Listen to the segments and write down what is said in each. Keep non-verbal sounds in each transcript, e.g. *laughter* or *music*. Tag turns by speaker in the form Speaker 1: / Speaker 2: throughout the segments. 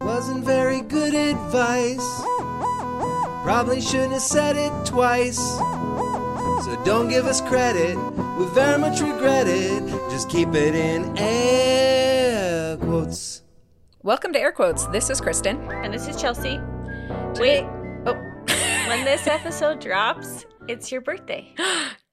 Speaker 1: Wasn't very good advice. Probably shouldn't have said it twice. So don't give us credit. We very much regret it. Just keep it in air quotes.
Speaker 2: Welcome to Air Quotes. This is Kristen.
Speaker 3: And this is Chelsea.
Speaker 2: Today-
Speaker 3: Wait,
Speaker 2: Oh.
Speaker 3: when this episode drops, it's your birthday.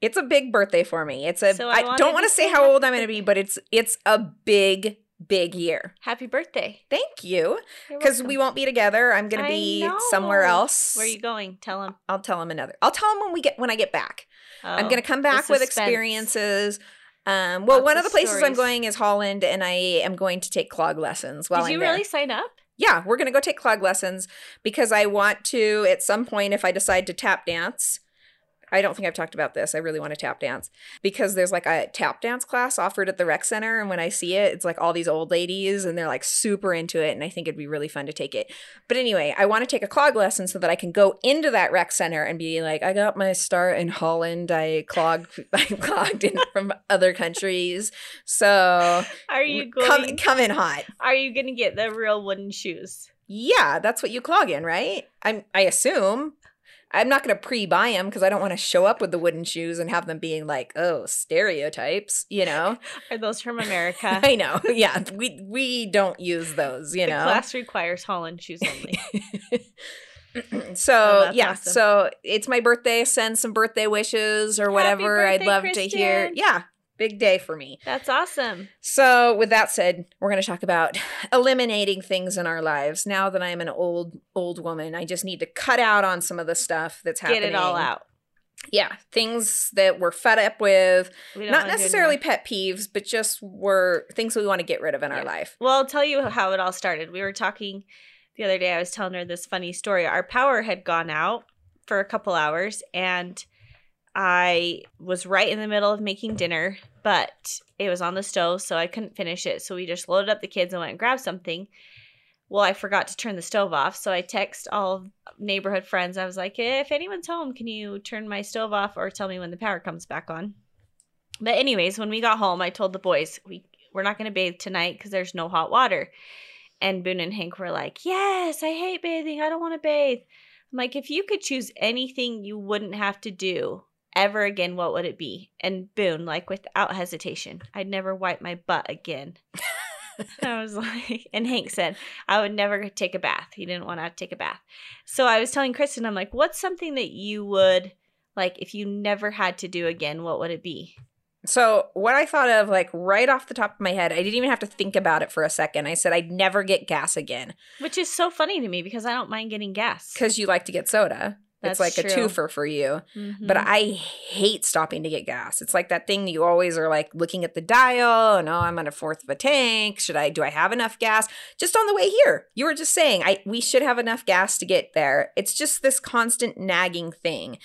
Speaker 2: it's a big birthday for me. It's a.
Speaker 3: So I
Speaker 2: I
Speaker 3: wanted
Speaker 2: don't want to
Speaker 3: to
Speaker 2: say
Speaker 3: say *laughs*
Speaker 2: how
Speaker 3: happy
Speaker 2: old I'm going to be, but it's it's a big big year.
Speaker 3: Happy birthday.
Speaker 2: Thank you.
Speaker 3: You're
Speaker 2: Because
Speaker 3: welcome.
Speaker 2: we won't be together. I'm going to
Speaker 3: I
Speaker 2: be
Speaker 3: know.
Speaker 2: somewhere else.
Speaker 3: Where are you going? Tell him.
Speaker 2: I'll tell him another. I'll tell him when we get when I get back.
Speaker 3: Oh,
Speaker 2: I'm going to come back with
Speaker 3: suspense.
Speaker 2: experiences. Um, well,
Speaker 3: Lots
Speaker 2: one
Speaker 3: of
Speaker 2: of the places I'm
Speaker 3: stories.
Speaker 2: going is Holland, and I am going to take clog lessons while
Speaker 3: Did
Speaker 2: I'm
Speaker 3: you
Speaker 2: there.
Speaker 3: really sign up?
Speaker 2: yeah, we're going to go take clog lessons because I want to, at some point, if I decide to tap dance, I don't think I've talked about this. I really want to tap dance because there's like a tap dance class offered at the rec center. And when I see it, it's like all these old ladies and they're like super into it. And I think it'd be really fun to take it. But anyway, I want to take a clog lesson so that I can go into that rec center and be like, I got my start in Holland. I clogged, *laughs* I clogged in from other countries. So
Speaker 3: Are you going?
Speaker 2: come, come in hot.
Speaker 3: Are you going to get the real wooden shoes?
Speaker 2: Yeah, that's what you clog in, right? I'm I assume. I'm not going to pre-buy them because I don't want to show up with the wooden shoes and have them being like, "Oh, stereotypes," you
Speaker 3: *laughs*
Speaker 2: know.
Speaker 3: Are
Speaker 2: *laughs*
Speaker 3: those from America?
Speaker 2: I know. *laughs* Yeah, we we don't use those, you
Speaker 3: the
Speaker 2: know.
Speaker 3: class requires Holland shoes only. Oh,
Speaker 2: so,
Speaker 3: that's
Speaker 2: yeah.
Speaker 3: awesome.
Speaker 2: So, it's my birthday, send some birthday wishes or
Speaker 3: Happy
Speaker 2: whatever. I'd
Speaker 3: birthday,
Speaker 2: love to hear.
Speaker 3: Kristen.
Speaker 2: Yeah. Big day for me.
Speaker 3: That's awesome.
Speaker 2: So, with that said, we're going to talk about *sighs* eliminating things in our lives. Now that I'm an old old woman, I just need to cut out on some of the stuff that's happening.
Speaker 3: Get it all out.
Speaker 2: Yeah, things that we're fed up with,
Speaker 3: We don't
Speaker 2: not
Speaker 3: wanna do it
Speaker 2: necessarily
Speaker 3: anymore.
Speaker 2: pet peeves, but just were things we want to get rid of in our
Speaker 3: Yeah.
Speaker 2: life.
Speaker 3: Well, I'll tell you how it all started. We were talking the other day. I was telling her this funny story. Our power had gone out for a couple hours, and I was right in the middle of making dinner, but it was on the stove, so I couldn't finish it. So we just loaded up the kids and went and grabbed something. Well, I forgot to turn the stove off, so I text all neighborhood friends. I was like, if anyone's home, can you turn my stove off or tell me when the power comes back on? But anyways, when we got home, I told the boys we we're not going to bathe tonight because there's no hot water. And Boone and Hank were like, "Yes, I hate bathing. I don't want to bathe." I'm like, "If you could choose anything you wouldn't have to do ever again, what would it be?" And Boone, like without hesitation, "I'd never wipe my butt again." I was like, and Hank said, "I would never take a bath." He didn't want to take a bath. So I was telling Kristen, I'm like, "What's something that you would like if you never had to do again? What would it be?"
Speaker 2: So, what I thought of, like right off the top of my head, I didn't even have to think about it for a second. I said, I'd never get gas again
Speaker 3: Which is so funny to me because I don't mind getting gas.
Speaker 2: because you like to get soda.
Speaker 3: That's
Speaker 2: it's like
Speaker 3: true.
Speaker 2: a twofer for you. But
Speaker 3: But
Speaker 2: I hate stopping to get gas. It's like that thing that you always are like looking at the dial and oh, I'm on a fourth of a tank. Should I do I have enough gas? Just on the way here. You were just saying I we should have enough gas to get there. It's just this constant nagging thing.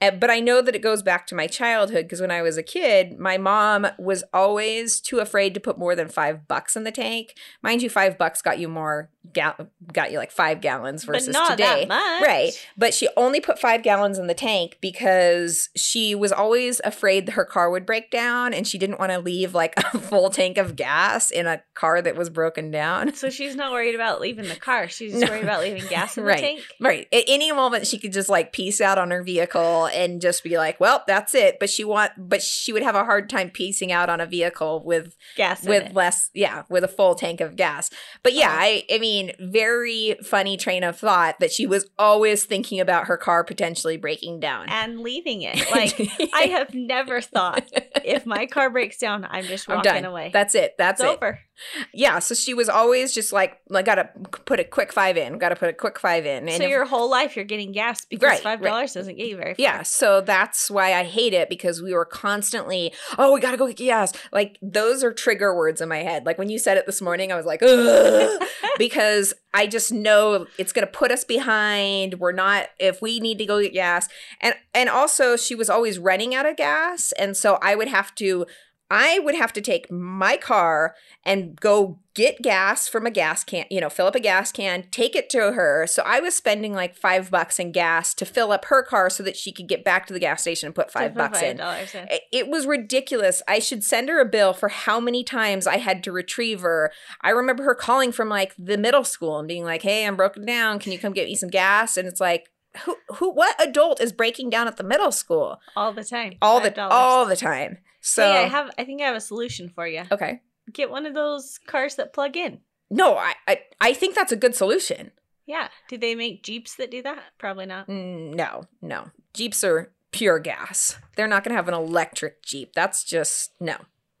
Speaker 2: Uh, But I know that it goes back to my childhood because when I was a kid, my mom was always too afraid to put more than five bucks in the tank. Mind you, five bucks got you more, gal- got you like five gallons versus
Speaker 3: but not
Speaker 2: today.
Speaker 3: that much.
Speaker 2: Right. But she only put five gallons in the tank because she was always afraid that her car would break down and she didn't want to leave like *laughs* a full tank of gas in a car that was broken down.
Speaker 3: *laughs* So she's not worried about leaving the car. She's
Speaker 2: No.
Speaker 3: worried about leaving gas
Speaker 2: *laughs*
Speaker 3: in
Speaker 2: Right.
Speaker 3: the tank.
Speaker 2: Right. At any moment she could just like peace out on her vehicle and just be like, "Well, that's it." But she want but she would have a hard time piecing out on a vehicle with
Speaker 3: Gas in
Speaker 2: with
Speaker 3: it.
Speaker 2: less yeah with a full tank of gas but yeah
Speaker 3: Oh.
Speaker 2: i i mean very funny train of thought that she was always thinking about her car potentially breaking down
Speaker 3: and
Speaker 2: *laughs*
Speaker 3: leaving it. Like *laughs* I have never thought if my car breaks down, I'm just
Speaker 2: I'm
Speaker 3: walking
Speaker 2: done.
Speaker 3: away.
Speaker 2: that's it that's
Speaker 3: it's
Speaker 2: it
Speaker 3: over.
Speaker 2: yeah so she was always just like i gotta put a quick five in gotta put a quick five in
Speaker 3: So
Speaker 2: if-
Speaker 3: your whole life you're getting gas because
Speaker 2: Right,
Speaker 3: five dollars doesn't get you very far.
Speaker 2: yeah so that's why i hate it because we were constantly oh we gotta go get gas like those are trigger words in my head like when you said it this morning i was like
Speaker 3: *laughs*
Speaker 2: Ugh. because I just know it's going to put us behind. We're not if we need to go get gas, and and also she was always running out of gas, and so I would have to. I would have to take my car and go get gas from a gas can, you know, fill up a gas can, take it to her. So I was spending like five bucks in gas to fill up her car so that she could get back to the gas station and put five bucks in.
Speaker 3: Dollars in.
Speaker 2: I- It was ridiculous. I should send her a bill for how many times I had to retrieve her. I remember her calling from like the middle school and being like, "Hey, I'm broken down. Can you come get me some gas?" And it's like, who, who, what adult is breaking down at the middle school
Speaker 3: all the time.
Speaker 2: all the
Speaker 3: $5.
Speaker 2: all the time? So
Speaker 3: hey, I have. I think I have a solution for you.
Speaker 2: okay,
Speaker 3: Get one of those cars that plug in.
Speaker 2: no, I, I, I think that's a good solution.
Speaker 3: Yeah. Do they make Jeeps that do that? Probably not.
Speaker 2: Mm, No, no, Jeeps are pure gas. They're not gonna have an electric Jeep. That's just no,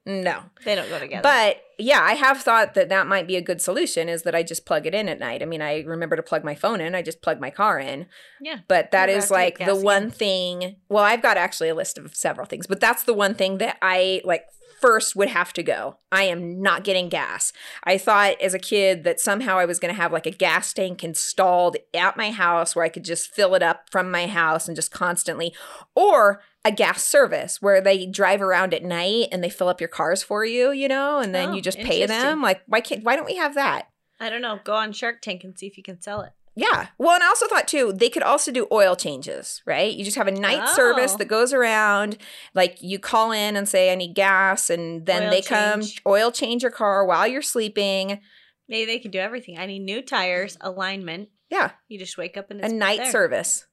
Speaker 2: no.
Speaker 3: They don't go together.
Speaker 2: But yeah, I have thought that that might be a good solution is that I just plug it in at night. I mean, I remember to plug my phone in, I just plug my car in.
Speaker 3: Yeah.
Speaker 2: But that
Speaker 3: You're
Speaker 2: is
Speaker 3: back
Speaker 2: like
Speaker 3: to the
Speaker 2: the
Speaker 3: gas
Speaker 2: one thing. Well, I've got actually a list of several things, but that's the one thing that I like first would have to go. I am not getting gas. I thought as a kid that somehow I was going to have like a gas tank installed at my house where I could just fill it up from my house and just constantly, or a gas service where they drive around at night and they fill up your cars for you, you know, and then
Speaker 3: Oh,
Speaker 2: you just pay them.
Speaker 3: interesting.
Speaker 2: Like, why can't, why don't we have that?
Speaker 3: I don't know. Go on Shark Tank and see if you can sell it.
Speaker 2: Yeah. Well, and I also thought too, they could also do oil changes, right? You just have a night service
Speaker 3: Oh.
Speaker 2: that goes around, like you call in and say, I need gas, and then
Speaker 3: Oil
Speaker 2: they come
Speaker 3: change.
Speaker 2: oil change your car while you're sleeping.
Speaker 3: Maybe they can do everything. I need new tires, alignment.
Speaker 2: Yeah.
Speaker 3: You just wake up and
Speaker 2: A
Speaker 3: it's
Speaker 2: night
Speaker 3: there.
Speaker 2: service.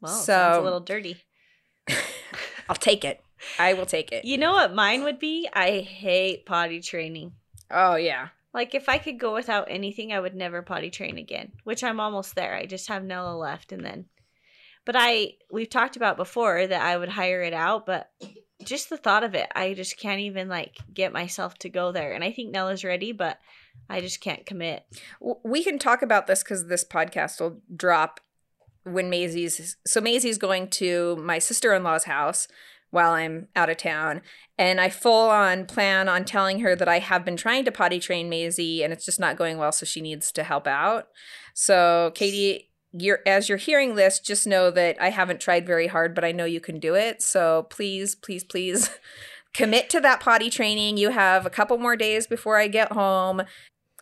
Speaker 3: Well, it sounds
Speaker 2: So-
Speaker 3: a little dirty.
Speaker 2: I'll take it. I will take it.
Speaker 3: You know what mine would be? I hate potty training.
Speaker 2: Oh yeah.
Speaker 3: Like if I could go without anything, I would never potty train again, which I'm almost there. I just have Nella left and then but I we've talked about before that I would hire it out, but just the thought of it, I just can't even like get myself to go there. And I think Nella's ready, but I just can't commit.
Speaker 2: W- We can talk about this because this podcast will drop when Maisie's. So Maisie's going to my sister in law's house while I'm out of town, and I full on plan on telling her that I have been trying to potty train Maisie, and it's just not going well, so she needs to help out. So Katie. You're, as you're hearing this, just know that I haven't tried very hard, but I know you can do it. So please, please, please *laughs* commit to that potty training. You have a couple more days before I get home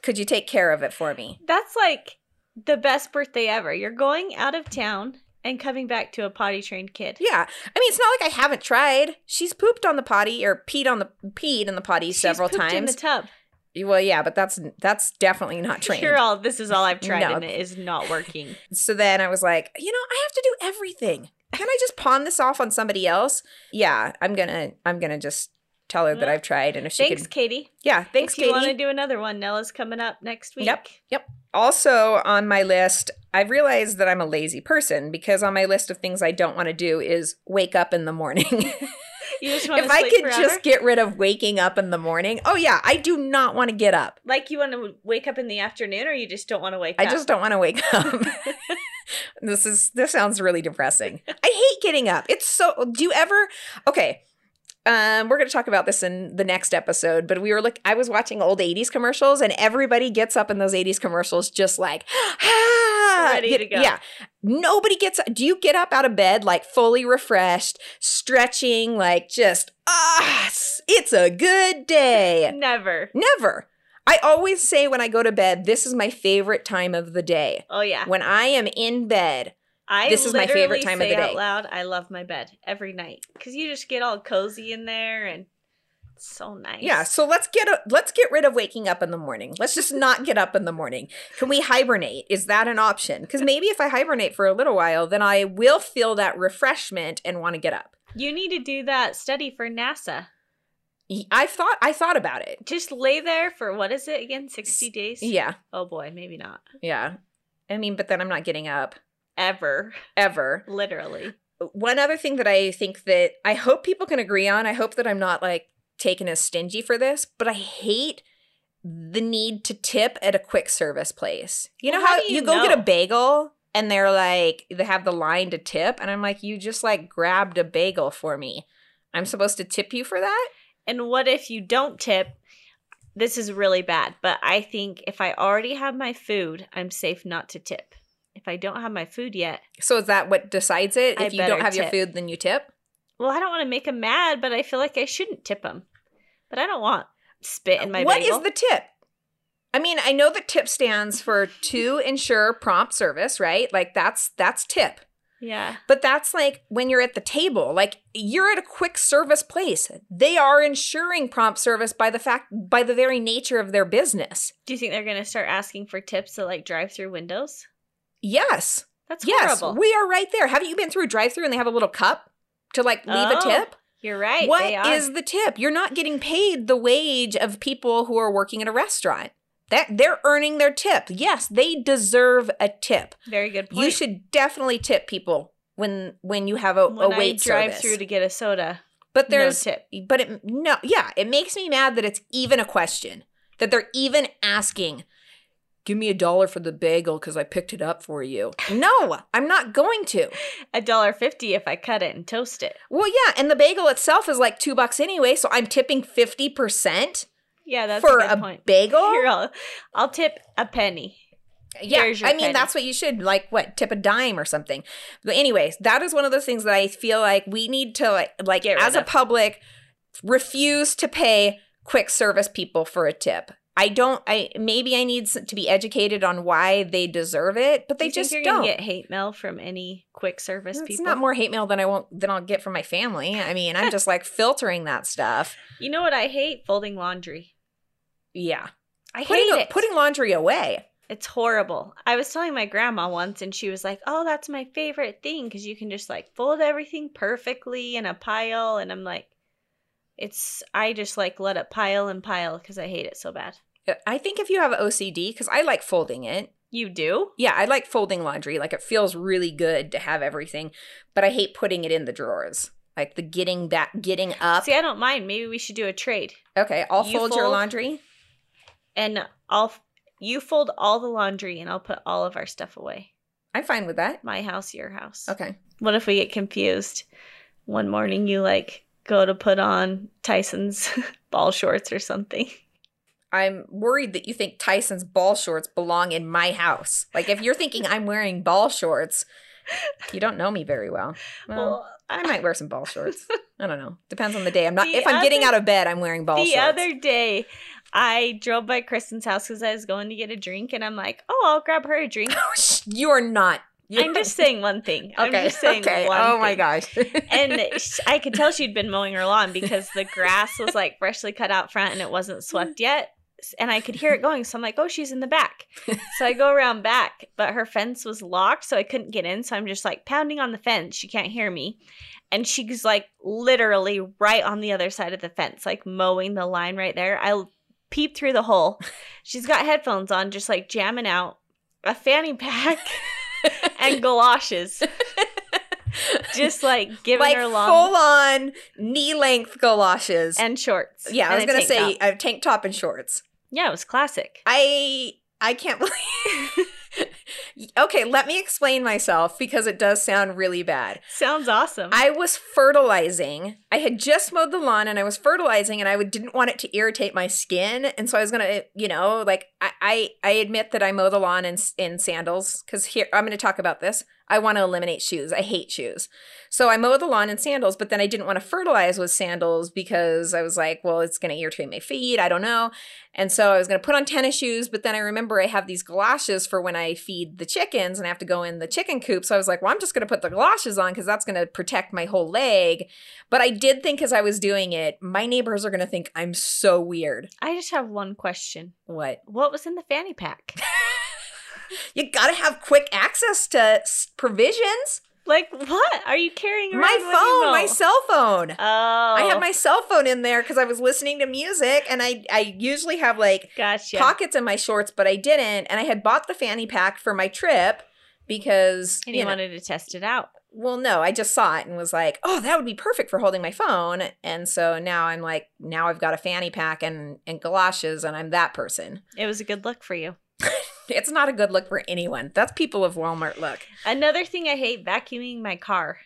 Speaker 2: could you take care of it for me?
Speaker 3: That's like the best birthday ever. You're going out of town and coming back to a potty trained kid.
Speaker 2: Yeah. I mean, it's not like I haven't tried. She's pooped on the potty or peed on the peed in the potty
Speaker 3: She's
Speaker 2: several
Speaker 3: pooped in the
Speaker 2: times.
Speaker 3: tub.
Speaker 2: well, yeah, but that's that's definitely not trained.
Speaker 3: You're all. This is all I've tried,
Speaker 2: No.
Speaker 3: and it is not working.
Speaker 2: so then I was like, you know, I have to do everything. Can I just pawn this off on somebody else? Yeah, I'm going to I'm going to just tell her that I've tried and if *laughs* she
Speaker 3: Mm-hmm. Thanks,
Speaker 2: could
Speaker 3: Katie.
Speaker 2: Yeah, thanks
Speaker 3: if you want
Speaker 2: Katie.
Speaker 3: to do another one, Nella's coming up next week.
Speaker 2: Yep. also on my list i've realized that i'm a lazy person because on my list of things i don't want to do is wake up in the morning *laughs*
Speaker 3: You just want
Speaker 2: if
Speaker 3: to
Speaker 2: i
Speaker 3: sleep
Speaker 2: could
Speaker 3: forever?
Speaker 2: just get rid of waking up in the morning oh yeah i do not want to get up
Speaker 3: like you want to wake up in the afternoon, or you just don't want to wake
Speaker 2: i
Speaker 3: up.
Speaker 2: just don't want to wake *laughs* up this is this sounds really depressing i hate getting up it's so do you ever okay um, we're going to talk about this in the next episode, but we were look. I was watching old '80s commercials, and everybody gets up in those '80s commercials just like, ah,
Speaker 3: Ready
Speaker 2: Get-
Speaker 3: to go.
Speaker 2: Yeah, nobody gets. Do you get up out of bed like fully refreshed, stretching, like just ah, s- it's a good day?
Speaker 3: never.
Speaker 2: Never. I always say when I go to bed, this is my favorite time of the day.
Speaker 3: Oh yeah,
Speaker 2: When I am in bed,
Speaker 3: I
Speaker 2: this is my favorite
Speaker 3: literally
Speaker 2: time of the
Speaker 3: say out
Speaker 2: day.
Speaker 3: loud, I love my bed every night because you just get all cozy in there and it's so nice.
Speaker 2: Yeah, so let's get a, let's get rid of waking up in the morning. Let's just not get up in the morning. Can we hibernate? Is that an option? Because maybe if I hibernate for a little while, then I will feel that refreshment and want to get up.
Speaker 3: you need to do that study for NASA.
Speaker 2: Y- I thought I thought about it.
Speaker 3: Just lay there for what is it again? Sixty days.
Speaker 2: Yeah,
Speaker 3: Oh boy, maybe not
Speaker 2: yeah. I mean, but then I'm not getting up
Speaker 3: ever. *laughs*
Speaker 2: ever.
Speaker 3: Literally.
Speaker 2: One other thing that I think that I hope people can agree on. I hope that I'm not like taken as stingy for this, but I hate the need to tip at a quick service place. You know
Speaker 3: Well,
Speaker 2: how,
Speaker 3: how do
Speaker 2: you,
Speaker 3: you
Speaker 2: go get a
Speaker 3: know?
Speaker 2: bagel and they're like they have the line to tip and I'm like you just like grabbed a bagel for me. I'm supposed to tip you for that?
Speaker 3: And what if you don't tip? This is really bad, but I think if I already have my food, I'm safe not to tip. If I don't have my food yet,
Speaker 2: So is that what decides it?
Speaker 3: I
Speaker 2: If you don't
Speaker 3: better
Speaker 2: have your
Speaker 3: tip.
Speaker 2: food then you tip?
Speaker 3: well, I don't want to make them mad, but I feel like I shouldn't tip them. but I don't want spit in my
Speaker 2: What is
Speaker 3: bagel.
Speaker 2: the tip? I mean, I know that tip stands for to ensure prompt service, right? Like that's that's tip.
Speaker 3: yeah.
Speaker 2: But that's like when you're at the table, like you're at a quick service place. They are ensuring prompt service by the fact by the very nature of their business.
Speaker 3: Do you think they're gonna start asking for tips at like drive-through windows?
Speaker 2: Yes.
Speaker 3: That's
Speaker 2: yes.
Speaker 3: horrible.
Speaker 2: We are right there. Haven't you been through a drive through and they have a little cup to like leave a
Speaker 3: Oh,
Speaker 2: tip?
Speaker 3: You're right. they
Speaker 2: what
Speaker 3: are.
Speaker 2: is the tip? You're not getting paid the wage of people who are working at a restaurant. That they're earning their tip. Yes, they deserve a tip.
Speaker 3: very good point?
Speaker 2: You should definitely tip people when when you have a,
Speaker 3: when
Speaker 2: a
Speaker 3: I
Speaker 2: wait
Speaker 3: drive
Speaker 2: service.
Speaker 3: through to get a soda.
Speaker 2: But there's
Speaker 3: no tip.
Speaker 2: but it no yeah it makes me mad that it's even a question that they're even asking give me a dollar for the bagel because i picked it up for you no i'm not going to
Speaker 3: A dollar fifty if I cut it and toast it.
Speaker 2: well yeah and the bagel itself is like two bucks anyway so i'm tipping 50%
Speaker 3: Yeah, that's
Speaker 2: for
Speaker 3: a good
Speaker 2: a,
Speaker 3: point. *laughs*
Speaker 2: bagel
Speaker 3: Here, I'll, I'll tip a penny.
Speaker 2: yeah
Speaker 3: Here's your
Speaker 2: i mean
Speaker 3: penny.
Speaker 2: that's what you should like what tip a dime or something but anyways that is one of those things that i feel like we need to like, like
Speaker 3: Get rid
Speaker 2: as a
Speaker 3: of.
Speaker 2: public refuse to pay quick service people for a tip i don't i maybe i need s- to be educated on why they deserve it but they
Speaker 3: Do you think
Speaker 2: just
Speaker 3: you're
Speaker 2: don't
Speaker 3: gonna get hate mail from any quick service
Speaker 2: it's
Speaker 3: people.
Speaker 2: not more hate mail than i won't than i'll get from my family i mean i'm just like filtering that stuff
Speaker 3: you know what I hate? Folding laundry.
Speaker 2: yeah
Speaker 3: I
Speaker 2: putting,
Speaker 3: hate it.
Speaker 2: putting laundry away
Speaker 3: It's horrible. I was telling my grandma once, and she was like, "Oh, that's my favorite thing because you can just like fold everything perfectly in a pile." And I'm like, "It's I just like let it pile and pile because I hate it so bad."
Speaker 2: i think if you have ocd because i like folding it
Speaker 3: You do?
Speaker 2: Yeah, I like folding laundry. Like it feels really good to have everything, but I hate putting it in the drawers. Like the getting back, getting up.
Speaker 3: See, I don't mind. Maybe we should do a trade,
Speaker 2: okay, I'll
Speaker 3: you
Speaker 2: fold, your
Speaker 3: fold-
Speaker 2: laundry.
Speaker 3: and I'll you fold all the laundry, and I'll put all of our stuff away.
Speaker 2: I'm fine with that.
Speaker 3: My house, your house.
Speaker 2: Okay.
Speaker 3: What if we get confused? One morning, you like go to put on Tyson's *laughs* ball shorts or something.
Speaker 2: I'm worried that you think Tyson's ball shorts belong in my house. Like if you're thinking I'm wearing ball shorts, you don't know me very well. Well,
Speaker 3: Well,
Speaker 2: I might wear some ball
Speaker 3: *laughs*
Speaker 2: shorts. I don't know. Depends on the day. I'm not
Speaker 3: The
Speaker 2: if I'm getting out
Speaker 3: other-
Speaker 2: of bed, I'm wearing ball
Speaker 3: the
Speaker 2: shorts.
Speaker 3: other day i drove by kristen's house because i was going to get a drink and i'm like oh i'll grab her
Speaker 2: *laughs*
Speaker 3: a drink
Speaker 2: you are not. You're-
Speaker 3: i'm just saying one thing i'm
Speaker 2: okay.
Speaker 3: just saying
Speaker 2: okay.
Speaker 3: one
Speaker 2: oh my
Speaker 3: thing.
Speaker 2: gosh.
Speaker 3: and sh- i could tell she'd been mowing her lawn because the grass was like freshly cut out front and it wasn't swept yet S- and i could hear it going so i'm like oh she's in the back so i go around back but her fence was locked so i couldn't get in so i'm just like pounding on the fence she can't hear me and she's like literally right on the other side of the fence, like mowing the line right there. I l- peeped through the hole. She's got headphones on, just like jamming out a
Speaker 2: *laughs*
Speaker 3: fanny pack and galoshes, just like giving
Speaker 2: like
Speaker 3: her long
Speaker 2: full on knee length galoshes.
Speaker 3: and shorts.
Speaker 2: yeah, I
Speaker 3: and
Speaker 2: was
Speaker 3: a
Speaker 2: gonna
Speaker 3: tank
Speaker 2: say
Speaker 3: top.
Speaker 2: a tank top and shorts.
Speaker 3: yeah, it was classic.
Speaker 2: I I can't believe. *laughs* okay, let me explain myself because it does sound really bad.
Speaker 3: Sounds awesome.
Speaker 2: I was fertilizing. I had just mowed the lawn and I was fertilizing and I would- didn't want it to irritate my skin. And so I was going to, you know, like I, I, I admit that I mow the lawn in, s- in sandals because here, I'm going to talk about this. I want to eliminate shoes. I hate shoes. So I mowed the lawn in sandals, but then I didn't want to fertilize with sandals because I was like, well, it's going to irritate my feet. I don't know. And so I was going to put on tennis shoes, but then I remember I have these galoshes for when I feed the chickens and I have to go in the chicken coop. So I was like, well, I'm just going to put the galoshes on because that's going to protect my whole leg. But I did think as I was doing it, my neighbors are going to think I'm so weird.
Speaker 3: I just have one question.
Speaker 2: What?
Speaker 3: What was in the
Speaker 2: *laughs*
Speaker 3: fanny pack?
Speaker 2: You got to have quick access to s- provisions.
Speaker 3: like what are you carrying around?
Speaker 2: My
Speaker 3: when you
Speaker 2: phone, my
Speaker 3: mow?
Speaker 2: cell phone.
Speaker 3: Oh,
Speaker 2: I had my cell phone in there because I was listening to music and I, I usually have like
Speaker 3: gotcha.
Speaker 2: pockets in my shorts, but I didn't. And I had bought the fanny pack for my trip because
Speaker 3: and
Speaker 2: you
Speaker 3: he
Speaker 2: know,
Speaker 3: wanted to test it out.
Speaker 2: well, no, I just saw it and was like, oh, that would be perfect for holding my phone. And so now I'm like, now I've got a fanny pack and and galoshes, and I'm that person. *laughs*
Speaker 3: It was a good look for you.
Speaker 2: It's not a good look for anyone. That's people of Walmart look.
Speaker 3: Another thing I hate vacuuming my car.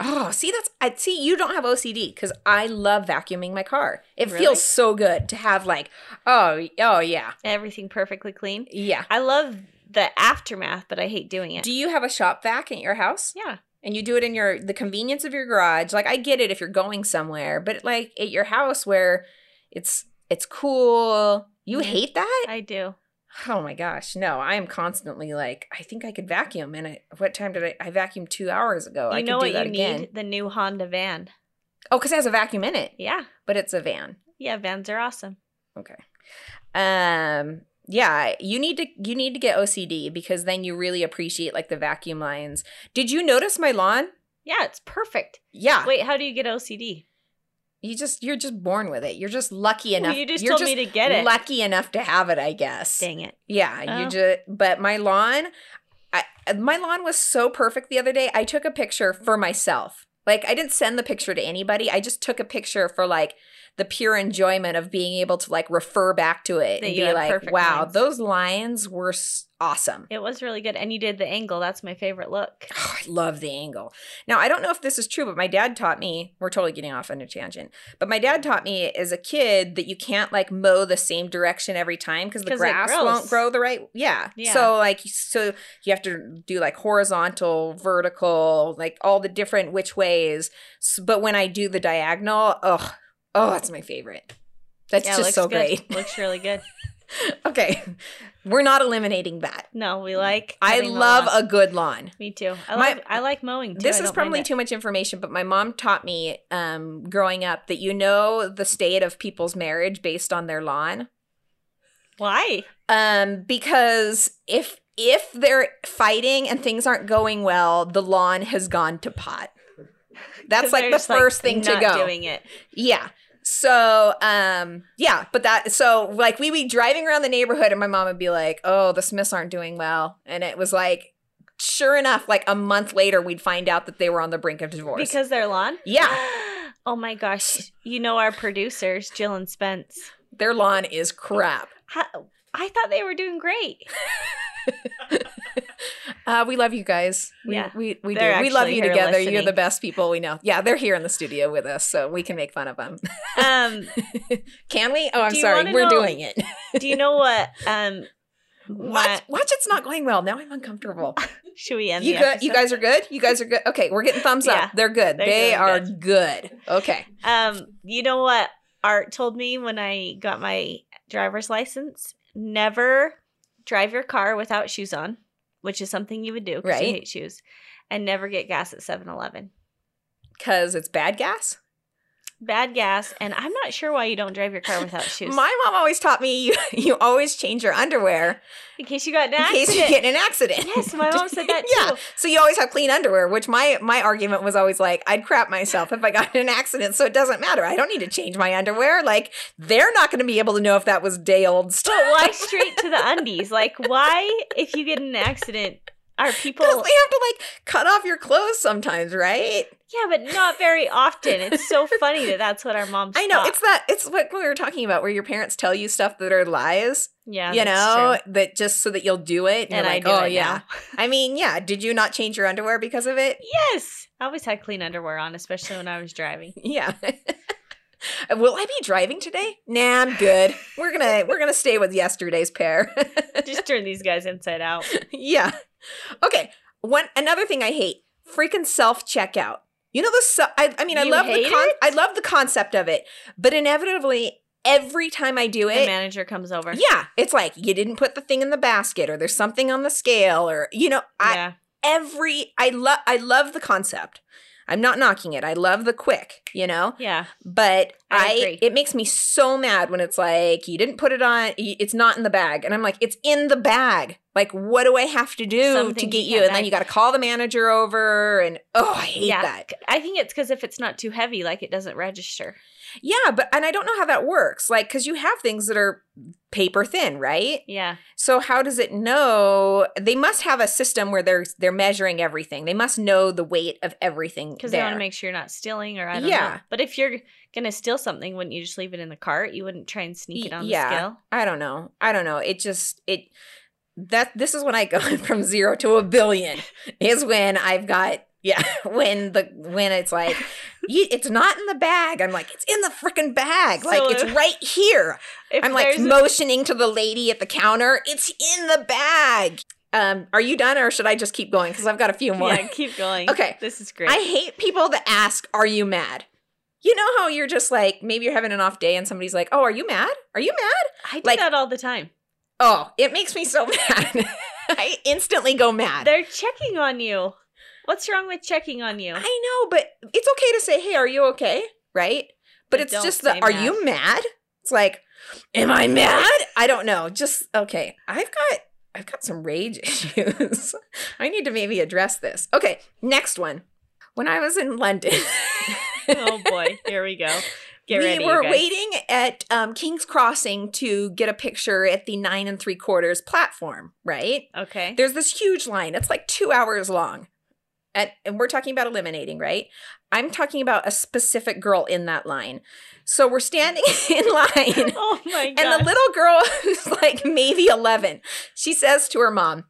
Speaker 2: Oh, see, that's I see you don't have OCD because I love vacuuming my car. It
Speaker 3: Really?
Speaker 2: feels so good to have like, oh, oh yeah,
Speaker 3: Everything perfectly clean.
Speaker 2: yeah.
Speaker 3: I love the aftermath, but I hate doing it.
Speaker 2: Do you have a shop vac at your house?
Speaker 3: yeah.
Speaker 2: and you do it in your the convenience of your garage like i get it if you're going somewhere but like at your house where it's it's cool you
Speaker 3: Yeah.
Speaker 2: hate that
Speaker 3: I do.
Speaker 2: oh my gosh no i am constantly like i think i could vacuum and I, what time did i i vacuumed two hours ago i
Speaker 3: you
Speaker 2: could
Speaker 3: know
Speaker 2: do
Speaker 3: what you
Speaker 2: that again
Speaker 3: need? The new Honda van.
Speaker 2: oh because it has a vacuum in it
Speaker 3: Yeah.
Speaker 2: but it's a van
Speaker 3: Yeah, vans are awesome.
Speaker 2: Okay. Um yeah, you need to you need to get OCD because then you really appreciate like the vacuum lines. Did you notice my lawn?
Speaker 3: Yeah, it's perfect.
Speaker 2: Yeah.
Speaker 3: Wait, how do you get OCD?
Speaker 2: You just you're just born with it. You're just lucky
Speaker 3: Well,
Speaker 2: enough.
Speaker 3: you just
Speaker 2: you're
Speaker 3: told me to get it.
Speaker 2: Lucky enough to have it, I guess.
Speaker 3: Dang it.
Speaker 2: Yeah,
Speaker 3: Oh.
Speaker 2: you just but my lawn I, my lawn was so perfect the other day. I took a picture for myself. Like I didn't send the picture to anybody. I just took a picture for like the pure enjoyment of being able to like refer back to it
Speaker 3: That
Speaker 2: and
Speaker 3: you
Speaker 2: be
Speaker 3: had
Speaker 2: like,
Speaker 3: perfect
Speaker 2: "Wow,
Speaker 3: lines."
Speaker 2: those lines were s- awesome."
Speaker 3: It was really good. And you did the angle. That's my favorite look.
Speaker 2: Oh, I love the angle. Now, I don't know if this is true, but my dad taught me, we're totally getting off on a tangent, but my dad taught me as a kid that you can't like mow the same direction every time because the
Speaker 3: 'Cause it
Speaker 2: grass
Speaker 3: grows.
Speaker 2: won't grow the right. Yeah.
Speaker 3: Yeah.
Speaker 2: So, like, so you have to do like horizontal, vertical, like all the different which ways. S- But when I do the diagonal, oh, oh, that's my favorite. That's
Speaker 3: yeah, it
Speaker 2: just
Speaker 3: looks
Speaker 2: so
Speaker 3: good.
Speaker 2: great. *laughs*
Speaker 3: looks really good.
Speaker 2: okay. We're not eliminating that.
Speaker 3: No, we like.
Speaker 2: I
Speaker 3: having the
Speaker 2: love
Speaker 3: lawn.
Speaker 2: a good lawn.
Speaker 3: Me too. I
Speaker 2: My-
Speaker 3: like. I like mowing too.
Speaker 2: This is
Speaker 3: I don't mind
Speaker 2: probably
Speaker 3: it.
Speaker 2: too much information, but my mom taught me um, growing up that you know the state of people's marriage based on their lawn.
Speaker 3: Why?
Speaker 2: Um, because if if they're fighting and things aren't going well, the lawn has gone to pot.
Speaker 3: *laughs* 'Cause
Speaker 2: That's like
Speaker 3: they're
Speaker 2: the
Speaker 3: just,
Speaker 2: first thing to
Speaker 3: not
Speaker 2: go.
Speaker 3: Doing it.
Speaker 2: Yeah. So, um, yeah, but that, so like we would be driving around the neighborhood and my mom would be like, oh, the Smiths aren't doing well. And it was like, sure enough, like a month later, we'd find out that they were on the brink of divorce.
Speaker 3: Because they're lawn?
Speaker 2: Yeah. Ah.
Speaker 3: oh
Speaker 2: *laughs*
Speaker 3: my gosh. You know our producers, Jill and Spence.
Speaker 2: Their lawn is crap.
Speaker 3: How- I thought they were doing great.
Speaker 2: Uh, we love you guys. We,
Speaker 3: Yeah.
Speaker 2: we, we do.
Speaker 3: They're
Speaker 2: We love
Speaker 3: actually
Speaker 2: you
Speaker 3: here
Speaker 2: together. You're
Speaker 3: listening.
Speaker 2: the best people we know. Yeah, they're here in the studio with us, so we can make fun of them.
Speaker 3: Um,
Speaker 2: *laughs* Can we? Oh, I'm
Speaker 3: Do you
Speaker 2: sorry.
Speaker 3: wanna
Speaker 2: We're
Speaker 3: know-
Speaker 2: doing it.
Speaker 3: do you know what?
Speaker 2: *laughs*
Speaker 3: Um,
Speaker 2: Watch, watch, it's not going well. Now I'm
Speaker 3: *laughs*
Speaker 2: uncomfortable.
Speaker 3: what- should we end?
Speaker 2: You
Speaker 3: the
Speaker 2: good? You
Speaker 3: episode?
Speaker 2: guys are good. You guys are good. Okay, we're getting thumbs
Speaker 3: Yeah,
Speaker 2: up. They're good.
Speaker 3: they're
Speaker 2: They
Speaker 3: doing
Speaker 2: are good. Okay.
Speaker 3: Um, you know what Art told me when I got my driver's license? Never drive your car without shoes on, which is something you would do because you
Speaker 2: Right.
Speaker 3: hate shoes, and never get gas at 7-Eleven.
Speaker 2: Cause it's bad gas.
Speaker 3: Bad gas, and I'm not sure why you don't drive your car
Speaker 2: *laughs*
Speaker 3: without shoes.
Speaker 2: My mom always taught me *laughs* you, you always change your underwear
Speaker 3: in case you got in an
Speaker 2: in case you
Speaker 3: accident.
Speaker 2: get in an accident. *laughs*
Speaker 3: Yes, my mom said that
Speaker 2: yeah.
Speaker 3: too.
Speaker 2: So you always have clean underwear, which my my argument was always like, I'd crap myself if I got in an accident, so it doesn't matter. I don't need to change my underwear. Like they're not going to be able to know if that was day old
Speaker 3: But
Speaker 2: stuff.
Speaker 3: *laughs* why straight to the undies? Like, why, if you get in an accident, are
Speaker 2: *laughs*
Speaker 3: people?
Speaker 2: Because they have to like cut off your clothes sometimes, right?
Speaker 3: Yeah, but not very often. It's so funny that that's what our moms.
Speaker 2: I know
Speaker 3: thought.
Speaker 2: it's that it's what we were talking about, where your parents tell you stuff that are lies,
Speaker 3: yeah,
Speaker 2: you
Speaker 3: that's
Speaker 2: know,
Speaker 3: true.
Speaker 2: that just so that you'll do it. And,
Speaker 3: and
Speaker 2: you're
Speaker 3: I
Speaker 2: like,
Speaker 3: do
Speaker 2: oh
Speaker 3: it
Speaker 2: yeah.
Speaker 3: now.
Speaker 2: I mean, yeah. Did you not change your underwear because of it?
Speaker 3: Yes, I always had clean underwear on, especially when I
Speaker 2: *laughs*
Speaker 3: was driving.
Speaker 2: Yeah. Will I be driving today? Nah, I'm good. We're gonna we're gonna stay with yesterday's pair. *laughs*
Speaker 3: Just turn these guys inside out.
Speaker 2: yeah. Okay. One another thing I hate: freaking self checkout. You know the se- I, I mean I
Speaker 3: You
Speaker 2: love the
Speaker 3: hate
Speaker 2: con-
Speaker 3: it?
Speaker 2: I love the concept of it, but inevitably every time I do
Speaker 3: The
Speaker 2: it,
Speaker 3: manager comes over.
Speaker 2: yeah, it's like you didn't put the thing in the basket, or there's something on the scale, or you know, I,
Speaker 3: yeah.
Speaker 2: every I love I love the concept. I'm not knocking it. I love the quick, you know.
Speaker 3: yeah.
Speaker 2: but
Speaker 3: I
Speaker 2: I,
Speaker 3: agree.
Speaker 2: it makes me so mad when it's like you didn't put it on y- it's not in the bag and I'm like it's in the bag like what do I have to do
Speaker 3: Some
Speaker 2: to
Speaker 3: things
Speaker 2: get
Speaker 3: you
Speaker 2: you
Speaker 3: can't
Speaker 2: and then
Speaker 3: bag.
Speaker 2: you got to call the manager over and oh I hate
Speaker 3: Yeah.
Speaker 2: that
Speaker 3: I think it's because if it's not too heavy, like it doesn't register.
Speaker 2: yeah but and I don't know how that works like cuz you have things that are paper thin right
Speaker 3: Yeah.
Speaker 2: so how does it know they must have a system where they're they're measuring everything they must know the weight of everything
Speaker 3: Because they
Speaker 2: there.
Speaker 3: want to make sure you're not stealing or I don't know.
Speaker 2: Yeah.
Speaker 3: But if you're going to steal something, wouldn't you just leave it in the cart? You wouldn't try and sneak it
Speaker 2: Y-
Speaker 3: on
Speaker 2: yeah.
Speaker 3: the scale?
Speaker 2: I don't know. I don't know. It just it that this is when I go *laughs* from zero to a billion is when I've got yeah *laughs* when the when it's like you, it's not in the bag. I'm like it's in the freaking bag. Like
Speaker 3: So
Speaker 2: it's
Speaker 3: if-
Speaker 2: right here.
Speaker 3: If
Speaker 2: I'm like
Speaker 3: there's a-
Speaker 2: motioning to the lady at the counter. It's in the bag. Um, are you done or should I just keep going? Because I've got a few more.
Speaker 3: *laughs* Yeah, keep going.
Speaker 2: Okay.
Speaker 3: This is great.
Speaker 2: I hate people that ask, Are you mad? You know how you're just like, maybe you're having an off day and somebody's like, Oh, are you mad? Are you mad?
Speaker 3: I do
Speaker 2: like-
Speaker 3: that all the time.
Speaker 2: Oh, it makes me
Speaker 3: *laughs*
Speaker 2: so mad. I instantly go mad.
Speaker 3: They're checking on you. What's wrong with checking on you?
Speaker 2: I know, but it's okay to say, "Hey, are you okay?" Right? But
Speaker 3: But
Speaker 2: it's
Speaker 3: don't
Speaker 2: just the
Speaker 3: say
Speaker 2: "Are
Speaker 3: mad.
Speaker 2: you mad?" It's like, "Am I mad?" I don't know. Just okay. I've got I've got some rage *laughs* issues. I need to maybe address this. Okay, next one. When I was in London,
Speaker 3: *laughs* oh
Speaker 2: *laughs*
Speaker 3: boy, here we go. *laughs* Get
Speaker 2: we
Speaker 3: ready. you
Speaker 2: were
Speaker 3: guys.
Speaker 2: waiting at um, King's Crossing to get a picture at the nine and three quarters platform. Right?
Speaker 3: Okay.
Speaker 2: There's this huge line. It's like two hours long. And, and we're talking about eliminating, right? I'm talking about a specific girl in that line. So we're standing *laughs* in line.
Speaker 3: *laughs* oh my
Speaker 2: *laughs*
Speaker 3: god.
Speaker 2: And the little girl who's like maybe 11, she says to her mom,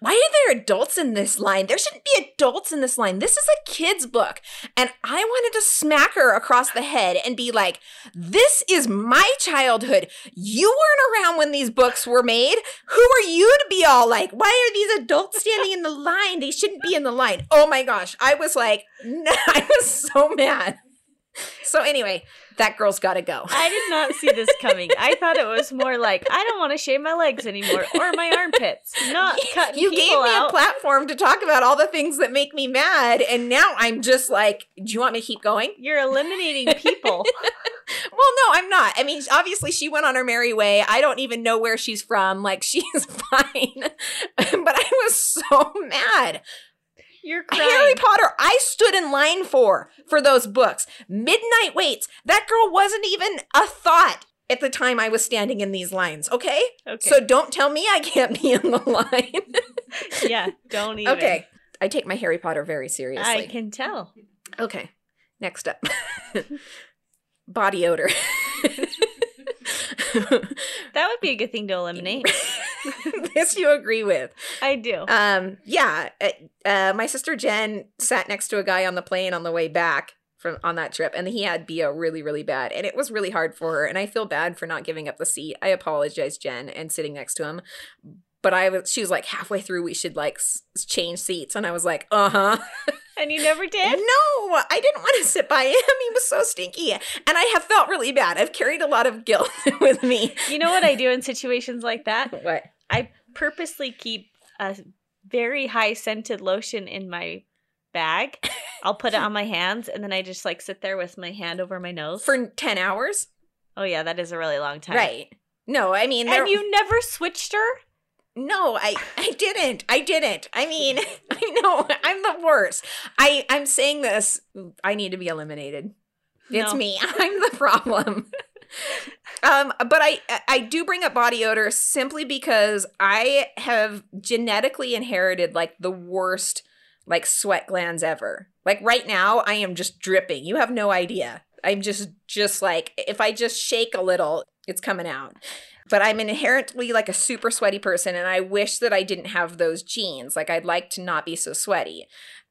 Speaker 2: Why are there adults in this line? There shouldn't be adults in this line. This is a kid's book. And I wanted to smack her across the head and be like, This is my childhood. You weren't around when these books were made. Who are you to be all like, Why are these adults standing in the line? They shouldn't be in the line. Oh my gosh. I was like, *laughs* no, I was so mad. So, anyway, that girl's got to go.
Speaker 3: I did not see this coming. I thought it was more like I don't want to shave my legs anymore
Speaker 2: *laughs*
Speaker 3: or my armpits. Not cutting
Speaker 2: you
Speaker 3: people
Speaker 2: gave me
Speaker 3: out.
Speaker 2: a platform to talk about all the things that make me mad and now i'm just like do you want me to keep going
Speaker 3: You're
Speaker 2: *laughs*
Speaker 3: eliminating people.
Speaker 2: well no i'm not i mean obviously she went on her merry way i don't even know where she's from like *laughs* she's fine *laughs* but i was so mad
Speaker 3: You're
Speaker 2: harry
Speaker 3: crying.
Speaker 2: potter i stood in line for for those books midnight waits that girl wasn't even a thought at the time i was standing in these lines okay,
Speaker 3: Okay.
Speaker 2: so don't tell me i can't be in the *laughs* line
Speaker 3: yeah, don't
Speaker 2: *laughs*
Speaker 3: even.
Speaker 2: okay i take my harry potter very seriously
Speaker 3: I can tell.
Speaker 2: Okay. Next up *laughs* body odor. *laughs*
Speaker 3: That would be a good thing
Speaker 2: *laughs*
Speaker 3: to eliminate.
Speaker 2: this you agree with.
Speaker 3: I do.
Speaker 2: Um, yeah. uh, Uh, my sister Jen sat next to a guy on the plane on the way back from on that trip, and he had BO really, really bad. And it was really hard for her. And I feel bad for not giving up the seat. I apologize, Jen, and sitting next to him. But I was, she was like halfway through, we should like s- change seats. And I was like, uh huh.
Speaker 3: And you never did?
Speaker 2: *laughs* No, I didn't want to sit by him. *laughs* He was so stinky. And I have felt really bad. I've carried a lot of guilt *laughs* with me.
Speaker 3: You know what I do in situations like that?
Speaker 2: What?
Speaker 3: I purposely keep a very high scented lotion in my bag. I'll put it on my hands and then I just like sit there with my hand over my nose.
Speaker 2: For 10 hours?
Speaker 3: oh yeah, that is a really long time.
Speaker 2: Right. No, I mean,
Speaker 3: And
Speaker 2: there,
Speaker 3: you never switched her?
Speaker 2: no, I, I didn't. I didn't. I mean, *laughs* I know I'm the worst. I, I'm saying this. I need to be eliminated. It's
Speaker 3: No.
Speaker 2: me. *laughs* I'm the problem. *laughs* um, but I I do bring up body odor simply because I have genetically inherited like the worst like sweat glands ever. Like right now, I am just dripping. You have no idea. I'm just just like if I just shake a little, it's coming out. But I'm inherently like a super sweaty person, and I wish that I didn't have those genes. Like I'd like to not be so sweaty.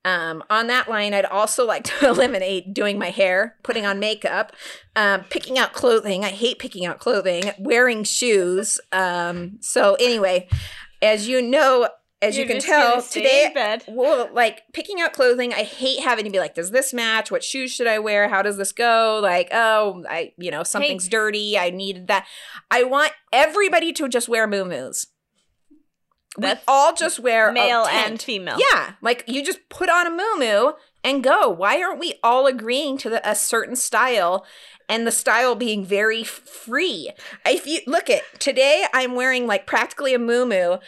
Speaker 2: Um, on that line, I'd also like to *laughs* eliminate doing my hair, putting on makeup, um, picking out clothing. I hate picking out clothing, wearing shoes. Um, so anyway, as you know, as
Speaker 3: You're
Speaker 2: you can
Speaker 3: just gonna
Speaker 2: tell,
Speaker 3: stay
Speaker 2: today
Speaker 3: in bed.
Speaker 2: well, like picking out clothing, I hate having to be like, does this match? What shoes should I wear? How does this go? Like, oh, I, you know, something's dirty. I needed that. I want everybody to just wear muumuus. We
Speaker 3: That's
Speaker 2: all just wear a
Speaker 3: Male and
Speaker 2: tent.
Speaker 3: female.
Speaker 2: yeah, like you just put on a muumuu and go. Why aren't we all agreeing to the, a certain style? And the style being very f- free. If you look at today, I'm wearing like practically a muumuu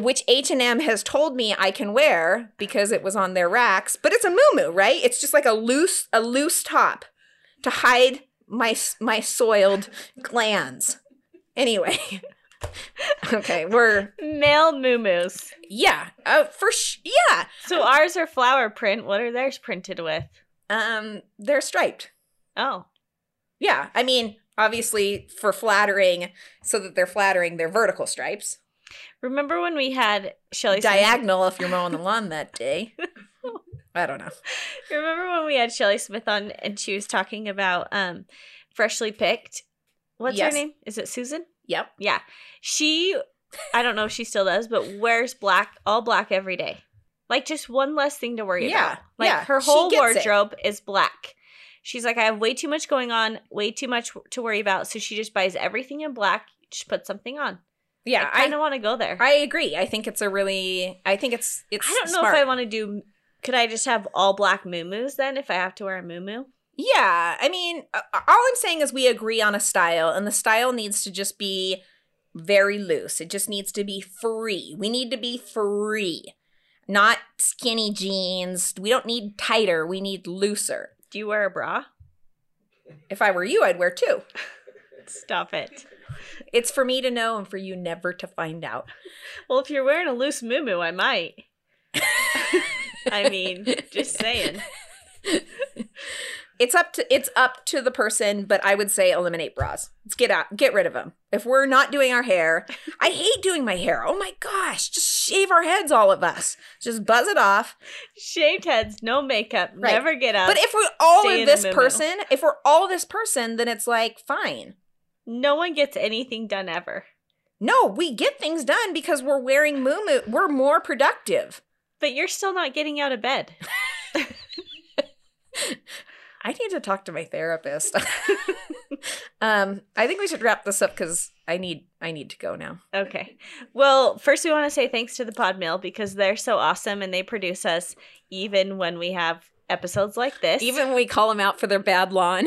Speaker 2: which H&M has told me I can wear because it was on their racks, but it's a muumuu, right? It's just like a loose a loose top to hide my s- my soiled glands. Anyway. *laughs* okay, we're
Speaker 3: Male muumuus.
Speaker 2: yeah, uh, for sh- yeah.
Speaker 3: So ours are flower print. What are theirs printed with?
Speaker 2: Um they're striped.
Speaker 3: Oh.
Speaker 2: Yeah, I mean, obviously for flattering so that they're flattering, they're vertical stripes.
Speaker 3: Remember when we had Shelly Smith?
Speaker 2: Diagonal if you're mowing the lawn that
Speaker 3: *laughs*
Speaker 2: day. I don't know.
Speaker 3: Remember when we had Shelly Smith on and she was talking about um freshly picked? What's
Speaker 2: Yes.
Speaker 3: her name? Is it Susan?
Speaker 2: Yep.
Speaker 3: Yeah. She I don't know if she still does, but wears black, all black every day. Like just one less thing to worry
Speaker 2: Yeah,
Speaker 3: about. Like
Speaker 2: yeah,
Speaker 3: her
Speaker 2: she
Speaker 3: whole
Speaker 2: gets it.
Speaker 3: wardrobe is black. She's like, I have way too much going on, way too much to worry about. So she just buys everything in black. Just put something on.
Speaker 2: Yeah,
Speaker 3: I
Speaker 2: I
Speaker 3: kind of want to go there. I,
Speaker 2: I agree. I think it's a really. I think it's it's.
Speaker 3: don't know
Speaker 2: smart.
Speaker 3: if I want to do. Could I just have all black muumuus then? If I have to wear a muumuu,
Speaker 2: Yeah, I mean, uh, all I'm saying is we agree on a style, and the style needs to just be very loose. It just needs to be free. We need to be free, not skinny jeans. We don't need tighter. We need looser.
Speaker 3: do you wear a bra?
Speaker 2: If I were you, I'd wear two.
Speaker 3: Stop it.
Speaker 2: It's for me to know and for you never to find out.
Speaker 3: Well, if you're wearing a loose muumuu,
Speaker 2: *laughs*
Speaker 3: I might. I mean, just saying.
Speaker 2: It's up to it's up to the person, but I would say eliminate bras. Let's get out, get rid of them. If we're not doing our hair, I hate doing my hair. Oh my gosh, just shave our heads, all of us. Just buzz it off.
Speaker 3: Shaved heads, no makeup,
Speaker 2: Right.
Speaker 3: never get up.
Speaker 2: But if we're all
Speaker 3: Stay
Speaker 2: of
Speaker 3: in
Speaker 2: this
Speaker 3: the moo-moo.
Speaker 2: person, if we're all this person, then it's like fine.
Speaker 3: no one gets anything done ever.
Speaker 2: No, we get things done because we're wearing moo. We're more productive.
Speaker 3: But you're still not getting out of bed.
Speaker 2: I need to talk to my therapist. *laughs* um, I think we should wrap this up because I need I need to go now.
Speaker 3: Okay. Well, first we want to say thanks to the Pod Mill because they're so awesome and they produce us even when we have episodes like this.
Speaker 2: Even when we call them out for their bad lawn.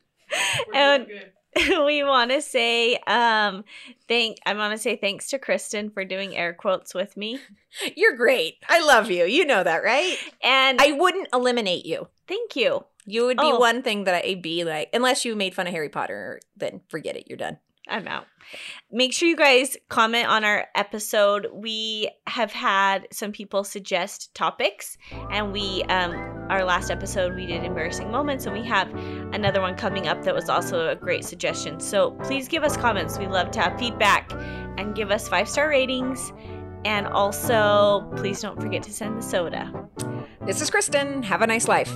Speaker 2: *laughs*
Speaker 3: and *laughs* we want to say um thank I want to say thanks to Kristen for doing air quotes with me.
Speaker 2: You're great. I love you. You know that, right?
Speaker 3: And
Speaker 2: I wouldn't eliminate you.
Speaker 3: thank you.
Speaker 2: You would be
Speaker 3: Oh.
Speaker 2: one thing that I'd be like, unless you made fun of Harry Potter, then forget it. You're done.
Speaker 3: I'm out. Make sure you guys comment on our episode. We have had some people suggest topics, and we, um, our last episode, we did embarrassing moments, and we have another one coming up that was also a great suggestion. So please give us comments. We love to have feedback and give us five star ratings. And also, please don't forget to send the soda.
Speaker 2: This is Kristen. Have a nice life.